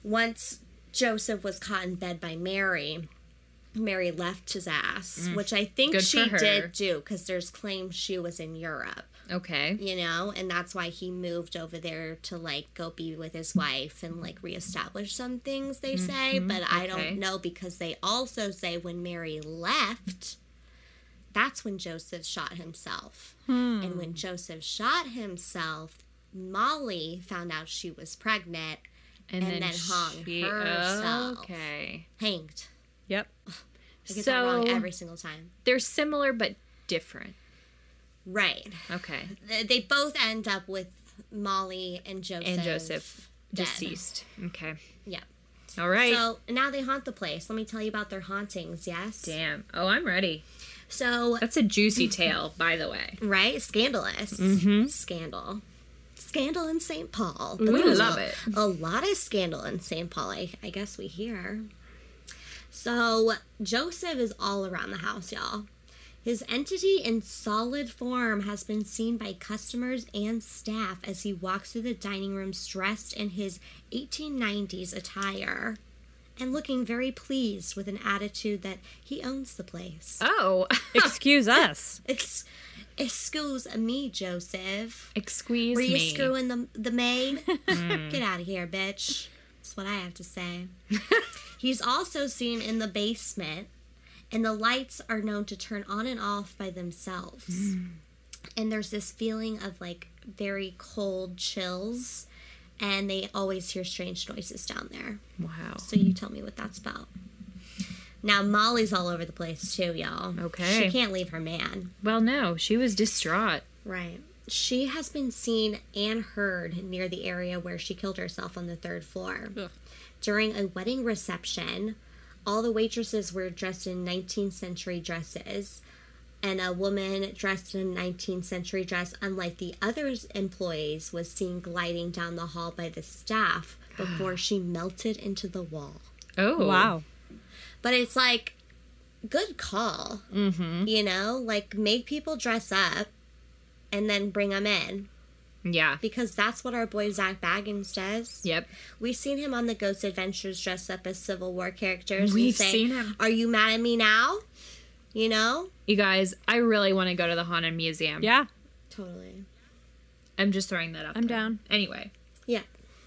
Speaker 2: once Joseph was caught in bed by Mary, Mary left his ass, which I think
Speaker 1: Mm. Good
Speaker 2: she
Speaker 1: for her.
Speaker 2: did do because there's claims she was in Europe,
Speaker 1: Okay.
Speaker 2: you know, and that's why he moved over there to like go be with his wife and like reestablish some things. They say, but I
Speaker 1: Mm-hmm. okay.
Speaker 2: don't know because they also say when Mary left that's when Joseph shot himself.
Speaker 1: Hmm.
Speaker 2: And when Joseph shot himself, Molly found out she was pregnant,
Speaker 1: And,
Speaker 2: And
Speaker 1: then,
Speaker 2: then hung
Speaker 1: she,
Speaker 2: herself.
Speaker 1: Okay.
Speaker 2: hanged.
Speaker 3: Yep.
Speaker 2: I get that wrong
Speaker 1: So-
Speaker 2: every single time.
Speaker 1: They're similar but different.
Speaker 2: Right.
Speaker 1: Okay.
Speaker 2: Th- They both end up with Molly and Joseph.
Speaker 1: And Joseph
Speaker 2: dead.
Speaker 1: deceased. Okay.
Speaker 2: Yeah.
Speaker 1: All right.
Speaker 2: So now they haunt the place. Let me tell you about their hauntings, yes?
Speaker 1: Damn. Oh, I'm ready.
Speaker 2: So,
Speaker 1: That's a juicy tale, by the way.
Speaker 2: right? Scandalous.
Speaker 1: Mm-hmm.
Speaker 2: Scandal. Scandal in St. Paul. But
Speaker 1: We
Speaker 2: there was
Speaker 1: love
Speaker 2: a,
Speaker 1: it.
Speaker 2: A lot of scandal in St. Paul, I, I guess we hear. So Joseph is all around the house, y'all. His entity in solid form has been seen by customers and staff as he walks through the dining rooms dressed in his 1890s attire and looking very pleased with an attitude that he owns the place.
Speaker 1: Oh.
Speaker 3: Excuse us.
Speaker 2: It's, excuse me, Joseph.
Speaker 1: Excuse
Speaker 2: Were you
Speaker 1: me.
Speaker 2: screwing the the maid? Get out of here, bitch. That's what I have to say. He's also seen in the basement, and the lights are known to turn on and off by themselves.
Speaker 1: Mm.
Speaker 2: And there's this feeling of like very cold chills, and they always hear strange noises down there.
Speaker 1: wow.
Speaker 2: So you tell me what that's about. Now Molly's all over the place too, y'all.
Speaker 1: Okay.
Speaker 2: She can't leave her man.
Speaker 1: Well, no, she was distraught.
Speaker 2: Right. She has been seen and heard near the area where she killed herself on the third floor.
Speaker 3: Ugh.
Speaker 2: During a wedding reception, all the waitresses were dressed in 19th century dresses, and a woman dressed in a 19th century dress, unlike the other employees, was seen gliding down the hall by the staff before she melted into the wall.
Speaker 1: Oh.
Speaker 3: Wow.
Speaker 2: But it's like, good call. Mm-hmm. You know, like make people dress up and then bring them in
Speaker 1: Yeah.
Speaker 2: because that's what our boy Zach Baggins does.
Speaker 1: Yep.
Speaker 2: We've seen him on the Ghost Adventures dress up as Civil War characters. and
Speaker 1: We've
Speaker 2: say,
Speaker 1: seen him.
Speaker 2: Are you mad at me now? You know?
Speaker 1: You guys, I really want to go to the Haunted Museum.
Speaker 3: Yeah.
Speaker 2: Totally.
Speaker 1: I'm just throwing that up.
Speaker 3: I'm
Speaker 1: there.
Speaker 3: down.
Speaker 1: Anyway.
Speaker 2: Yeah.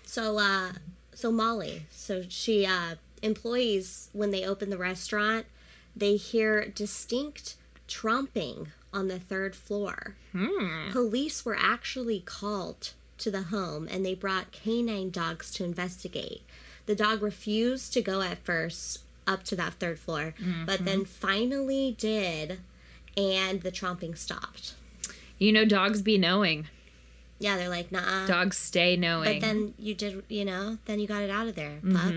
Speaker 2: So uh so Molly, so she uh employees when they open the restaurant, they hear distinct trumping on the third floor. Police were actually called to the home and they brought canine dogs to investigate. The dog refused to go at first up to that third floor, but then finally did and the tromping stopped.
Speaker 1: You know, dogs be knowing.
Speaker 2: Yeah, they're like, nah.
Speaker 1: Dogs stay knowing.
Speaker 2: Uh-huh. But then you did, you know, then you got it out of there, pup.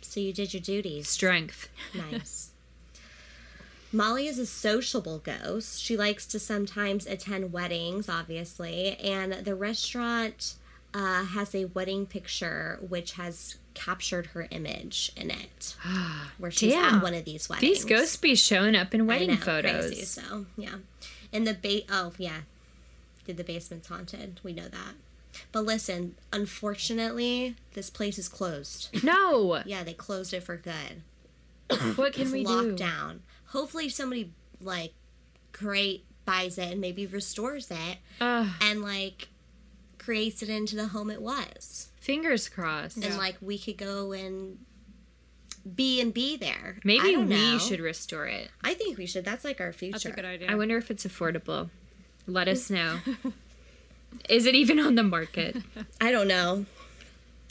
Speaker 2: So you did your duties.
Speaker 1: Strength.
Speaker 2: Nice. Molly is a sociable ghost. She likes to sometimes attend weddings, obviously, and the restaurant uh, has a wedding picture which has captured her image in it, where she's at
Speaker 1: Damn.
Speaker 2: one of these weddings.
Speaker 1: These ghosts be showing up in
Speaker 2: I
Speaker 1: wedding
Speaker 2: know,
Speaker 1: photos.
Speaker 2: Crazy, so yeah, and the ba- oh yeah, did the basement's haunted? We know that. But listen, unfortunately, this place is closed.
Speaker 1: No,
Speaker 2: yeah, they closed it for good.
Speaker 1: what can
Speaker 2: It's
Speaker 1: we
Speaker 2: locked
Speaker 1: do?
Speaker 2: down. Hopefully, somebody like great buys it and maybe restores it
Speaker 1: Ugh,
Speaker 2: and like creates it into the home it was.
Speaker 1: fingers crossed.
Speaker 2: and like we could go and be and be there. I
Speaker 1: Maybe we
Speaker 2: don't know.
Speaker 1: should restore it.
Speaker 2: I think we should. That's like our future.
Speaker 3: That's a good idea.
Speaker 1: I wonder if it's affordable. Let us know. Is it even on the market?
Speaker 2: I don't know.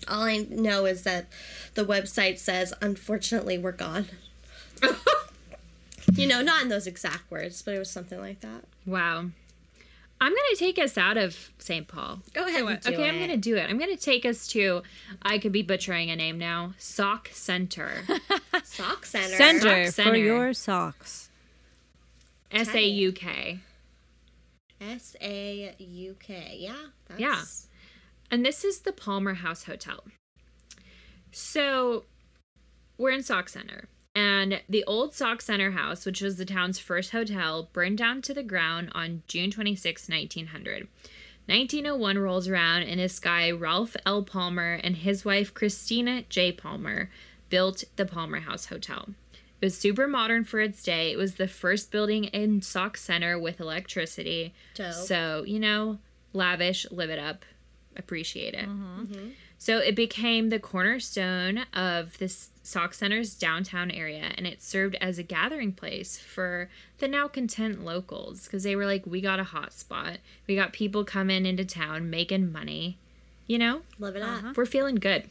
Speaker 2: All I know is that the website says, "Unfortunately, we're gone." you know, not in those exact words, but it was something like that.
Speaker 1: Wow. I'm going to take us out of St. Paul.
Speaker 2: Go ahead. and do
Speaker 1: okay, I'm
Speaker 2: it.
Speaker 1: going to do it. I'm going to take us to, I could be butchering a name now, Sock Center.
Speaker 2: sock center.
Speaker 3: Center
Speaker 1: Sock
Speaker 3: for
Speaker 1: center.
Speaker 3: your socks.
Speaker 1: S A U K.
Speaker 2: S A U K. Yeah. That's,
Speaker 1: Yeah. And this is the Palmer House Hotel. So we're in Sock Center. And the old Sock Center house, which was the town's first hotel, burned down to the ground on June 26, 1900. 1901 rolls around, and this guy, Ralph L. Palmer, and his wife, Christina J. Palmer, built the Palmer House Hotel. It was super modern for its day. It was the first building in Sock Center with electricity.
Speaker 2: Dope.
Speaker 1: So, you know, lavish, live it up, appreciate it. So it became the cornerstone of this Sock Center's downtown area, and it served as a gathering place for the now content locals because they were like, we got a hot spot. We got people coming into town making money. You know,
Speaker 2: Love it up.
Speaker 1: we're feeling good.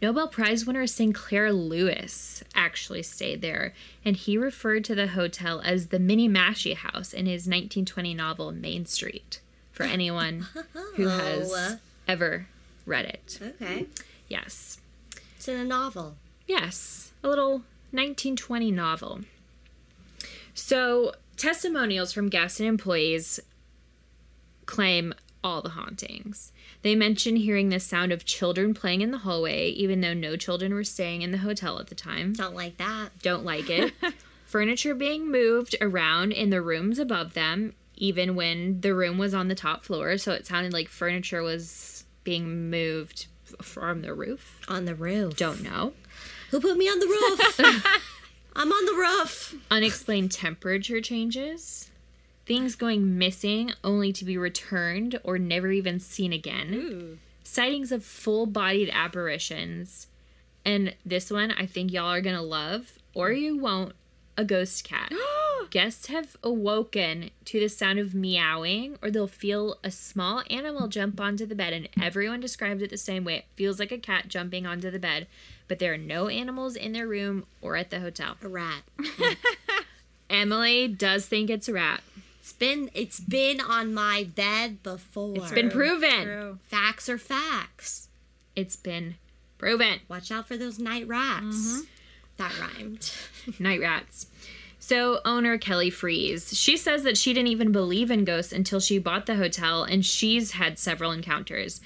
Speaker 1: Nobel Prize winner Sinclair Lewis actually stayed there, and he referred to the hotel as the Mini Mashie House in his 1920 novel Main Street for anyone who has
Speaker 2: Oh.
Speaker 1: ever read it.
Speaker 2: Okay.
Speaker 1: Yes.
Speaker 2: It's in a novel.
Speaker 1: Yes. A little 1920 novel. So, testimonials from guests and employees claim all the hauntings. They mention hearing the sound of children playing in the hallway, even though no children were staying in the hotel at the time.
Speaker 2: Don't like that.
Speaker 1: Don't like it. Furniture being moved around in the rooms above them, even when the room was on the top floor. So, it sounded like furniture was being moved f- from the roof.
Speaker 2: On the roof.
Speaker 1: Don't know.
Speaker 2: Who put me on the roof? I'm on the roof.
Speaker 1: unexplained temperature changes, things going missing only to be returned or never even seen again, sightings of full bodied apparitions, and this one I think y'all are gonna love, or you won't, a ghost cat. Guests have awoken to the sound of meowing, or they'll feel a small animal jump onto the bed, and everyone describes it the same way. It feels like a cat jumping onto the bed, but there are no animals in their room or at the hotel.
Speaker 2: A rat.
Speaker 1: Emily does think it's a rat.
Speaker 2: It's been it's been on my bed before.
Speaker 1: It's been proven.
Speaker 3: True.
Speaker 2: Facts are facts.
Speaker 1: It's been proven.
Speaker 2: Watch out for those night rats. That rhymed.
Speaker 1: Night rats. So, owner Kelly Freeze, she says that she didn't even believe in ghosts until she bought the hotel and she's had several encounters.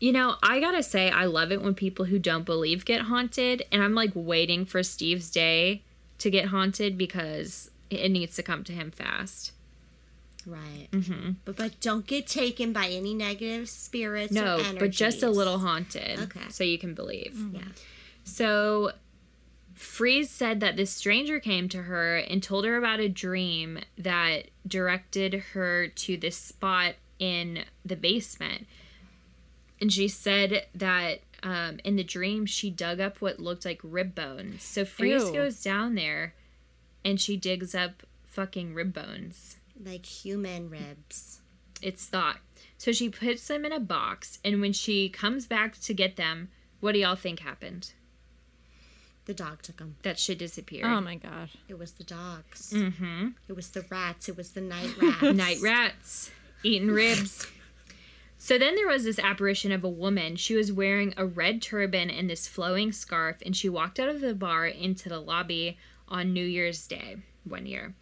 Speaker 1: You know, I gotta say, I love it when people who don't believe get haunted, and I'm like waiting for Steve's day to get haunted because it it needs to come to him fast.
Speaker 2: Right. Mm-hmm. But but don't get taken by any negative spirits. or
Speaker 1: No, but just a
Speaker 2: energies.
Speaker 1: little haunted.
Speaker 2: Okay. Mm-hmm.
Speaker 1: So you can believe.
Speaker 2: Yeah.
Speaker 1: So Freeze said that this stranger came to her and told her about a dream that directed her to this spot in the basement. And she said that um, in the dream, she dug up what looked like rib bones. So Freeze
Speaker 3: Ew.
Speaker 1: goes down there and she digs up fucking rib bones.
Speaker 2: Like human ribs.
Speaker 1: It's thought. So she puts them in a box. And when she comes back to get them, what do y'all think happened?
Speaker 2: The dog took them.
Speaker 1: That shit disappeared.
Speaker 3: Oh my god.
Speaker 2: It was the dogs. Mm-hmm. It was the rats. It was the night rats.
Speaker 1: night rats eating ribs. So then there was this apparition of a woman. She was wearing a red turban and this flowing scarf, and she walked out of the bar into the lobby on New Year's Day one year.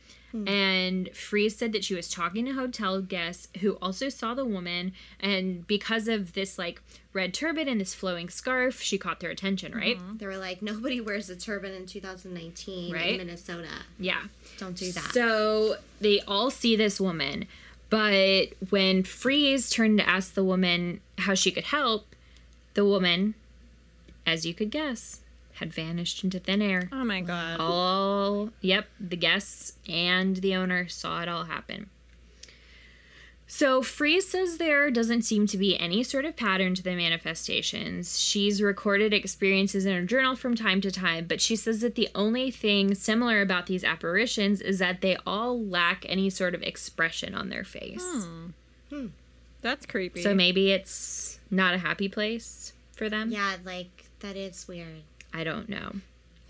Speaker 1: And Freeze said that she was talking to hotel guests who also saw the woman. And because of this, like, red turban and this flowing scarf, she caught their attention, right?
Speaker 2: They were like, nobody wears a turban in 2019
Speaker 1: Right.
Speaker 2: in Minnesota.
Speaker 1: Yeah.
Speaker 2: Don't do that.
Speaker 1: So they all see this woman, but when Freeze turned to ask the woman how she could help, the woman, as you could guess, had vanished into thin air.
Speaker 3: Oh my god.
Speaker 1: All, yep, the guests and the owner saw it all happen. So Freeze says there doesn't seem to be any sort of pattern to the manifestations. She's recorded experiences in her journal from time to time, but she says that the only thing similar about these apparitions is that they all lack any sort of expression on their face.
Speaker 3: That's creepy.
Speaker 1: So maybe it's not a happy place for them.
Speaker 2: yeah, like that is weird.
Speaker 1: I don't know.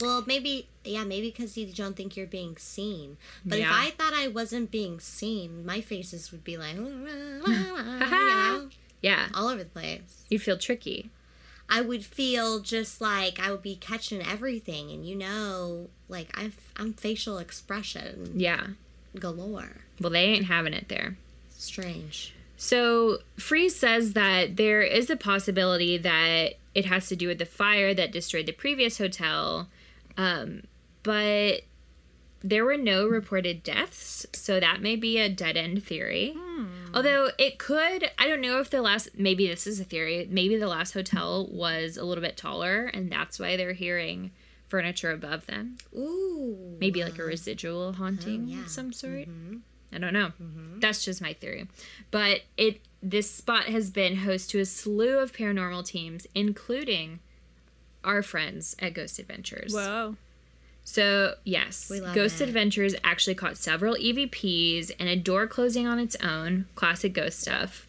Speaker 2: Well, maybe yeah, maybe because you don't think you're being seen. But
Speaker 1: Yeah.
Speaker 2: if I thought I wasn't being seen, my faces would be like, "La, la, la, la," you know,
Speaker 1: Yeah.
Speaker 2: all over the place.
Speaker 1: You'd feel tricky.
Speaker 2: I would feel just like I would be catching everything, and you know, like I'm I'm facial expression
Speaker 1: Yeah.
Speaker 2: galore.
Speaker 1: Well, they ain't having it there.
Speaker 2: Strange.
Speaker 1: So Freeze says that there is a possibility that it has to do with the fire that destroyed the previous hotel, um, but there were no reported deaths, so that may be a dead end theory. Although it could, I don't know if the last, maybe this is a theory, maybe the last hotel was a little bit taller, and that's why they're hearing furniture above them.
Speaker 2: Ooh.
Speaker 1: Maybe like a residual haunting
Speaker 2: Mm-hmm. Oh, yeah. Mm-hmm.
Speaker 1: of some sort. I don't know. That's just my theory. But it this spot has been host to a slew of paranormal teams, including our friends at Ghost Adventures.
Speaker 3: Whoa.
Speaker 1: So, yes,
Speaker 2: We love
Speaker 1: Ghost
Speaker 2: it.
Speaker 1: Adventures actually caught several EVPs and a door closing on its own, classic ghost stuff.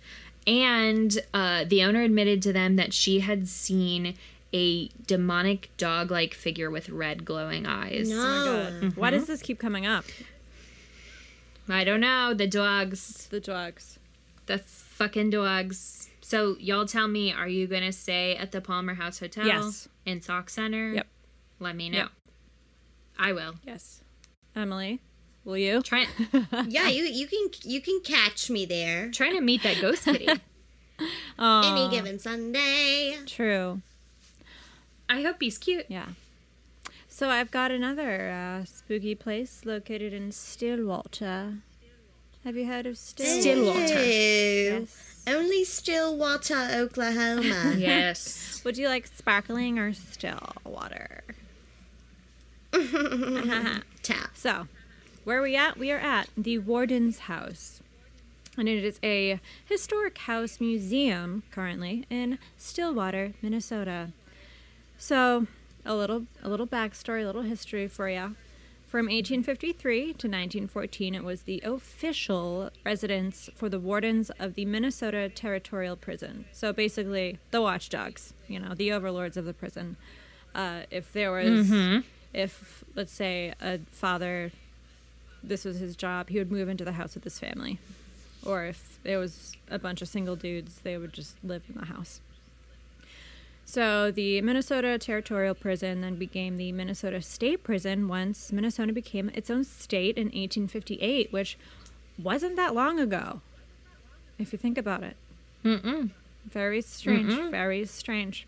Speaker 1: And uh, the owner admitted to them that she had seen a demonic dog like figure with red glowing eyes.
Speaker 3: Oh my
Speaker 2: No.
Speaker 3: god. Why does this keep coming up?
Speaker 1: I don't know. The dogs.
Speaker 3: The drugs.
Speaker 1: The fucking dogs. So y'all tell me, are you gonna stay at the Palmer House Hotel?
Speaker 3: Yes.
Speaker 1: In Sock Center?
Speaker 3: Yep.
Speaker 1: Let me know.
Speaker 3: Yep.
Speaker 1: I will.
Speaker 3: Yes. Emily, will you?
Speaker 1: Trying
Speaker 2: yeah, you you can you can catch me there
Speaker 1: trying to meet that ghost kitty.
Speaker 2: any given Sunday.
Speaker 3: Um, True.
Speaker 1: I hope he's cute.
Speaker 3: Yeah. So I've got another uh, spooky place located in Stillwater. Have you heard of Stillwater?
Speaker 1: Stillwater.
Speaker 2: Ew.
Speaker 3: Yes.
Speaker 2: Only Stillwater, Oklahoma.
Speaker 1: Yes.
Speaker 3: Would you like sparkling or still water?
Speaker 2: Tap.
Speaker 3: So, where are we at? We are at the Warden's House. And it is a historic house museum currently in Stillwater, Minnesota. So, a little a little backstory, a little history for you. From 1853 to 1914, it was the official residence for the wardens of the Minnesota Territorial Prison. So basically, the watchdogs, you know, the overlords of the prison. Uh, if there was, if let's say a father, this was his job, he would move into the house with his family. Or if there was a bunch of single dudes, they would just live in the house. So the Minnesota Territorial Prison then became the Minnesota State Prison once Minnesota became its own state in 1858, which wasn't that long ago, if you think about it. Mm-mm. Very strange, very strange.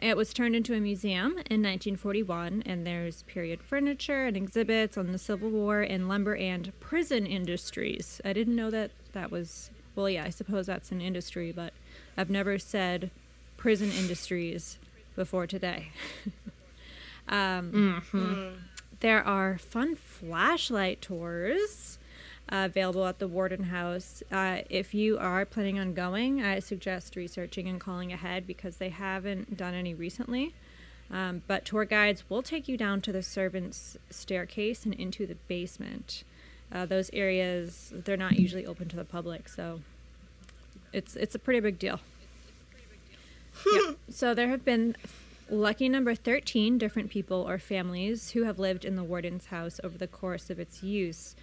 Speaker 3: It was turned into a museum in 1941, and there's period furniture and exhibits on the Civil War and lumber and prison industries. I didn't know that that was, well, yeah, I suppose that's an industry, but I've never said prison industries before today. There are fun flashlight tours uh, available at the Warden House. Uh, if you are planning on going, I suggest researching and calling ahead because they haven't done any recently. Um, but tour guides will take you down to the servants' staircase and into the basement. Uh, those areas they're not usually open to the public, so it's it's a pretty big deal. Yep. So there have been lucky number 13 different people or families who have lived in the warden's house over the course of its use.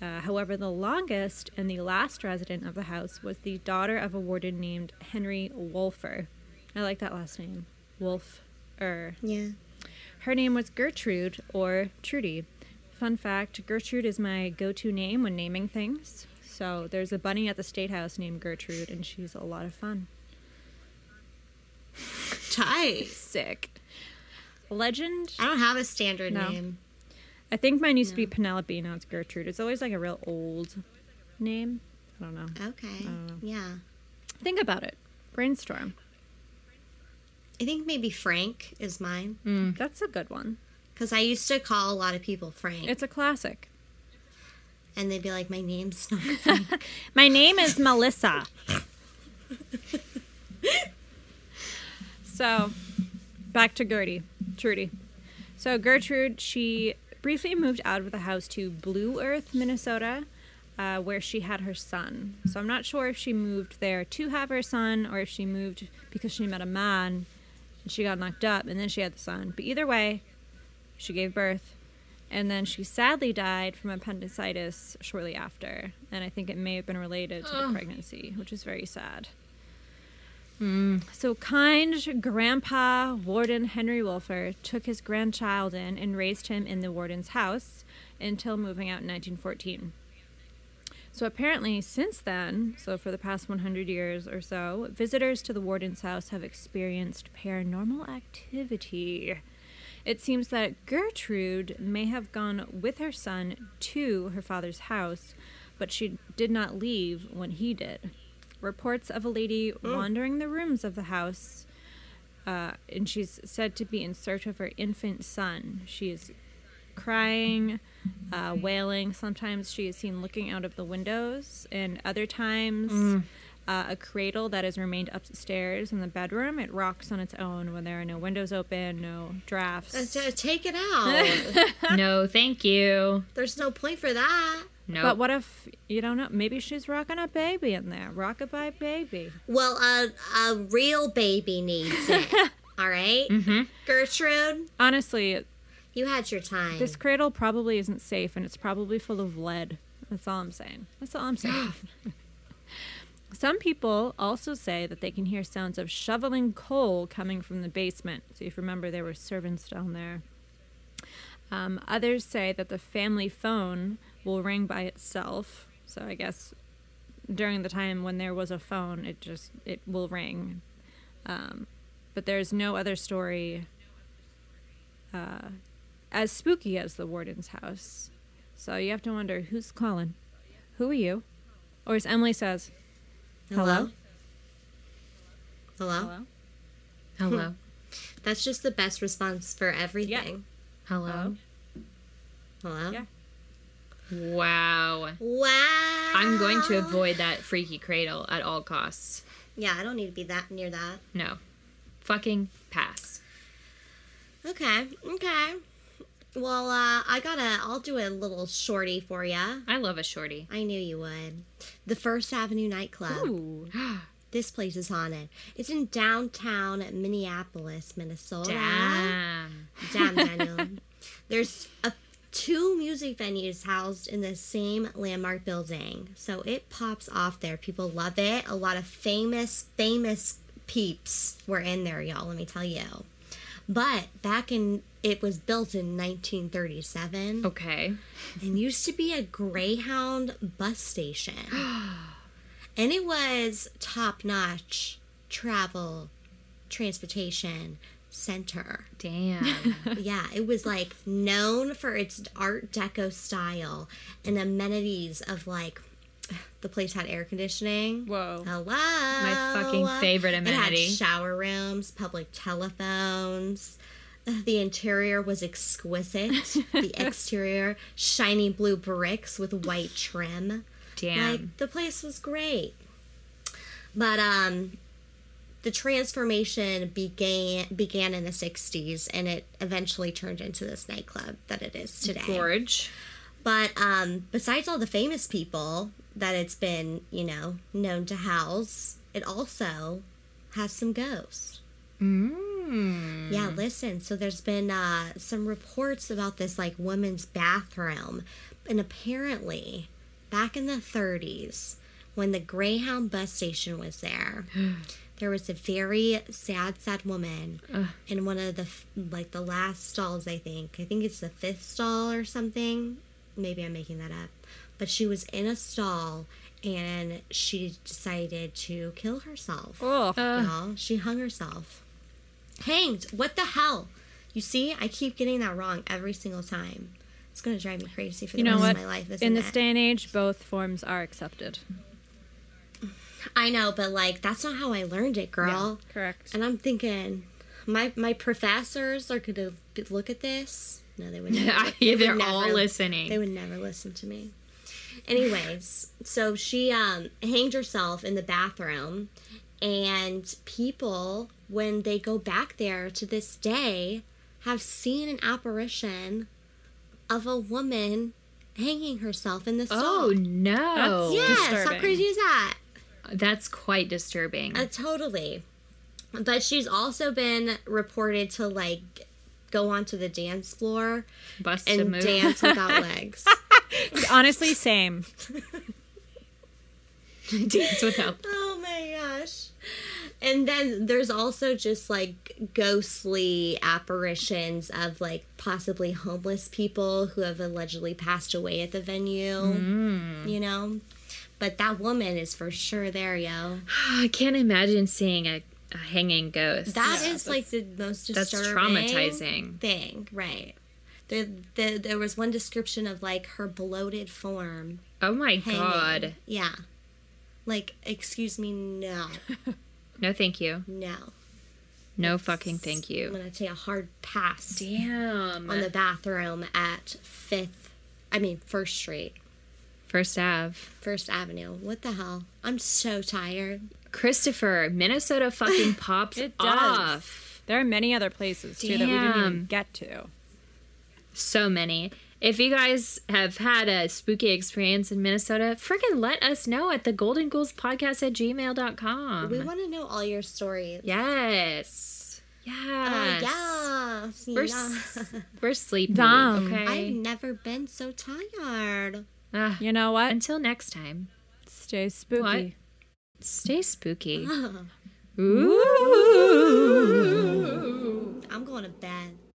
Speaker 3: Uh, however, the longest and the last resident of the house was the daughter of a warden named Henry Wolfer. I like that last name, Wolfer.
Speaker 2: Yeah.
Speaker 3: Her name was Gertrude or Trudy, fun fact Gertrude is my go to name when naming things. So there's a bunny at the State House named Gertrude, and she's a lot of fun.
Speaker 2: Tight.
Speaker 3: Sick. Legend.
Speaker 2: I don't have a standard
Speaker 3: No.
Speaker 2: name.
Speaker 3: I think mine used to be Penelope, now it's Gertrude. It's always like a real old name. I don't know.
Speaker 2: Okay.
Speaker 3: Oh.
Speaker 2: Yeah.
Speaker 3: Think about it. Brainstorm.
Speaker 2: I think maybe Frank is mine
Speaker 3: That's a good one.
Speaker 2: because I used to call a lot of people Frank,
Speaker 3: It's a classic.
Speaker 2: and they'd be like, "My name's not." Frank."
Speaker 3: My name is Melissa. so, back to Gertie, Trudy. So, Gertrude, she briefly moved out of the house to Blue Earth, Minnesota, uh, where she had her son. So, I'm not sure if she moved there to have her son or if she moved because she met a man and she got knocked up and then she had the son. But either way, she gave birth and then she sadly died from appendicitis shortly after and i think it may have been related to the pregnancy which is very sad so kind grandpa warden henry wolfer took his grandchild in and raised him in the warden's house until moving out in 1914 so apparently since then so for the past 100 years or so visitors to the warden's house have experienced paranormal activity it seems that Gertrude may have gone with her son to her father's house, but she did not leave when he did. Reports of a lady wandering the rooms of the house, uh, and she's said to be in search of her infant son. She is crying, uh, wailing. Sometimes she is seen looking out of the windows, and other times, uh, a cradle that has remained upstairs in the bedroom. It rocks on its own when there are no windows open, no drafts.
Speaker 2: Uh, t- Take it out.
Speaker 1: no, thank you.
Speaker 2: There's no point for that.
Speaker 1: No.
Speaker 3: But what if you don't know? Maybe she's rocking a baby in there. Rockabye baby.
Speaker 2: Well, a a real baby needs it. All right?
Speaker 3: Mm-hmm.
Speaker 2: Gertrude,
Speaker 3: Honestly,
Speaker 2: you had your time.
Speaker 3: this cradle probably isn't safe and it's probably full of lead. That's all I'm saying. That's all I'm saying. Some people also say that they can hear sounds of shoveling coal coming from the basement. So if you remember, there were servants down there. Um, others say that the family phone will ring by itself. So I guess during the time when there was a phone, it just it will ring. Um, but there's no other story as spooky as the warden's house. So you have to wonder who's calling? Who are you? Or as Emily says, hello?
Speaker 2: Hello?
Speaker 1: Hello.
Speaker 2: That's just the best response for everything.
Speaker 1: Hello.
Speaker 2: Hello?
Speaker 3: Yeah. Oh.
Speaker 1: Wow.
Speaker 2: Wow.
Speaker 1: I'm going to avoid that freaky cradle at all costs.
Speaker 2: Yeah, I don't need to be that near that.
Speaker 1: No. Fucking pass.
Speaker 2: Okay, okay. Well, uh, I gotta, I'll do a little shorty for ya.
Speaker 1: I love a shorty.
Speaker 2: I knew you would. The First Avenue nightclub.
Speaker 3: Ooh.
Speaker 2: This place is haunted. It's in downtown Minneapolis, Minnesota.
Speaker 1: Damn.
Speaker 2: Damn, Daniel. There's a, two music venues housed in the same landmark building. So it pops off there. People love it. A lot of famous, famous peeps were in there, y'all, let me tell you. But back in, it was built in 1937
Speaker 1: Okay.
Speaker 2: and used to be a Greyhound bus station. and it was top notch travel, transportation center
Speaker 1: Damn.
Speaker 2: yeah, it was like known for its Art Deco style and amenities of like the place had air conditioning.
Speaker 3: Whoa.
Speaker 2: Hello.
Speaker 1: My fucking favorite
Speaker 2: It
Speaker 1: amenity.
Speaker 2: had shower rooms, public telephones. Uh, The interior was exquisite. the exterior, shiny blue bricks with white trim.
Speaker 1: Damn.
Speaker 2: Like the place was great. But um the transformation began began in the 60s and it eventually turned into this nightclub that it is today.
Speaker 1: Gorge.
Speaker 2: But um besides all the famous people that it's been, you know, known to house, it also has some ghosts.
Speaker 1: Mmm.
Speaker 2: Yeah, listen. So there's been uh, some reports about this like women's bathroom, and apparently, back in the 30s, when the Greyhound bus station was there, there was a very sad, sad woman in one of the f- like the last stalls. I think I think it's the fifth stall or something. Maybe I'm making that up, but she was in a stall and she decided to kill herself.
Speaker 3: Oh,
Speaker 2: Y'all, she hung herself. Hanged. What the hell? You see, I keep getting that wrong every single time. It's gonna drive me crazy for the
Speaker 3: you know
Speaker 2: rest
Speaker 3: what?
Speaker 2: of my life. Isn't
Speaker 3: In this
Speaker 2: it?
Speaker 3: day and age, both forms are accepted.
Speaker 2: I know, but like that's not how I learned it, girl.
Speaker 3: Correct.
Speaker 2: And I'm thinking, my my professors are gonna b- look at this. No, they would. Never,
Speaker 1: Yeah,
Speaker 2: they would
Speaker 1: they're all listening.
Speaker 2: They would never listen to me. Anyways, so she um, hanged herself in the bathroom, and people, when they go back there to this day, have seen an apparition of a woman hanging herself in the stall.
Speaker 1: Oh no,
Speaker 3: That's-
Speaker 2: yes! How
Speaker 3: disturbing.
Speaker 2: crazy is that?
Speaker 1: that's quite disturbing.
Speaker 2: Uh, totally. But she's also been reported to like go onto the dance floor
Speaker 1: Bust a
Speaker 2: and
Speaker 1: move.
Speaker 2: dance without legs.
Speaker 3: Honestly, same.
Speaker 1: Dance without.
Speaker 2: Oh my gosh. And then there's also just like ghostly apparitions of like possibly homeless people who have allegedly passed away at the venue.
Speaker 1: Mm.
Speaker 2: You know? But that woman is for sure there, yo.
Speaker 1: I can't imagine seeing a, a hanging ghost.
Speaker 2: That is like the most
Speaker 1: that's
Speaker 2: disturbing
Speaker 1: traumatizing.
Speaker 2: thing, right? There, there, there was one description of like her bloated form.
Speaker 1: oh my
Speaker 2: hanging.
Speaker 1: god.
Speaker 2: Yeah. Like, excuse me, no,
Speaker 1: No, thank you.
Speaker 2: no.
Speaker 1: No fucking thank
Speaker 2: I'm
Speaker 1: you.
Speaker 2: gonna take a hard pass
Speaker 1: Damn.
Speaker 2: on the bathroom at Fifth. I mean, First Street,
Speaker 1: First Ave.
Speaker 2: First Avenue. What the hell? I'm so tired.
Speaker 1: Christopher, Minnesota fucking pops
Speaker 3: It does.
Speaker 1: off.
Speaker 3: There are many other places too that we didn't even
Speaker 1: Damn.
Speaker 3: get to.
Speaker 1: So many. If you guys have had a spooky experience in Minnesota, freaking let us know at the Golden Ghouls Podcast at gmail.com.
Speaker 2: We want to know all your stories.
Speaker 1: yes.
Speaker 3: Uh,
Speaker 2: Oh,
Speaker 1: Yes.
Speaker 2: yes.
Speaker 1: We're,
Speaker 2: yes.
Speaker 1: s- we're sleepy.
Speaker 3: Dumb.
Speaker 2: I've
Speaker 1: Okay.
Speaker 2: never been so tired.
Speaker 1: Ah,
Speaker 3: You know what?
Speaker 1: until next time,
Speaker 3: Stay spooky.
Speaker 1: What? stay spooky.
Speaker 2: I'm
Speaker 1: Ooh.
Speaker 2: going to bed.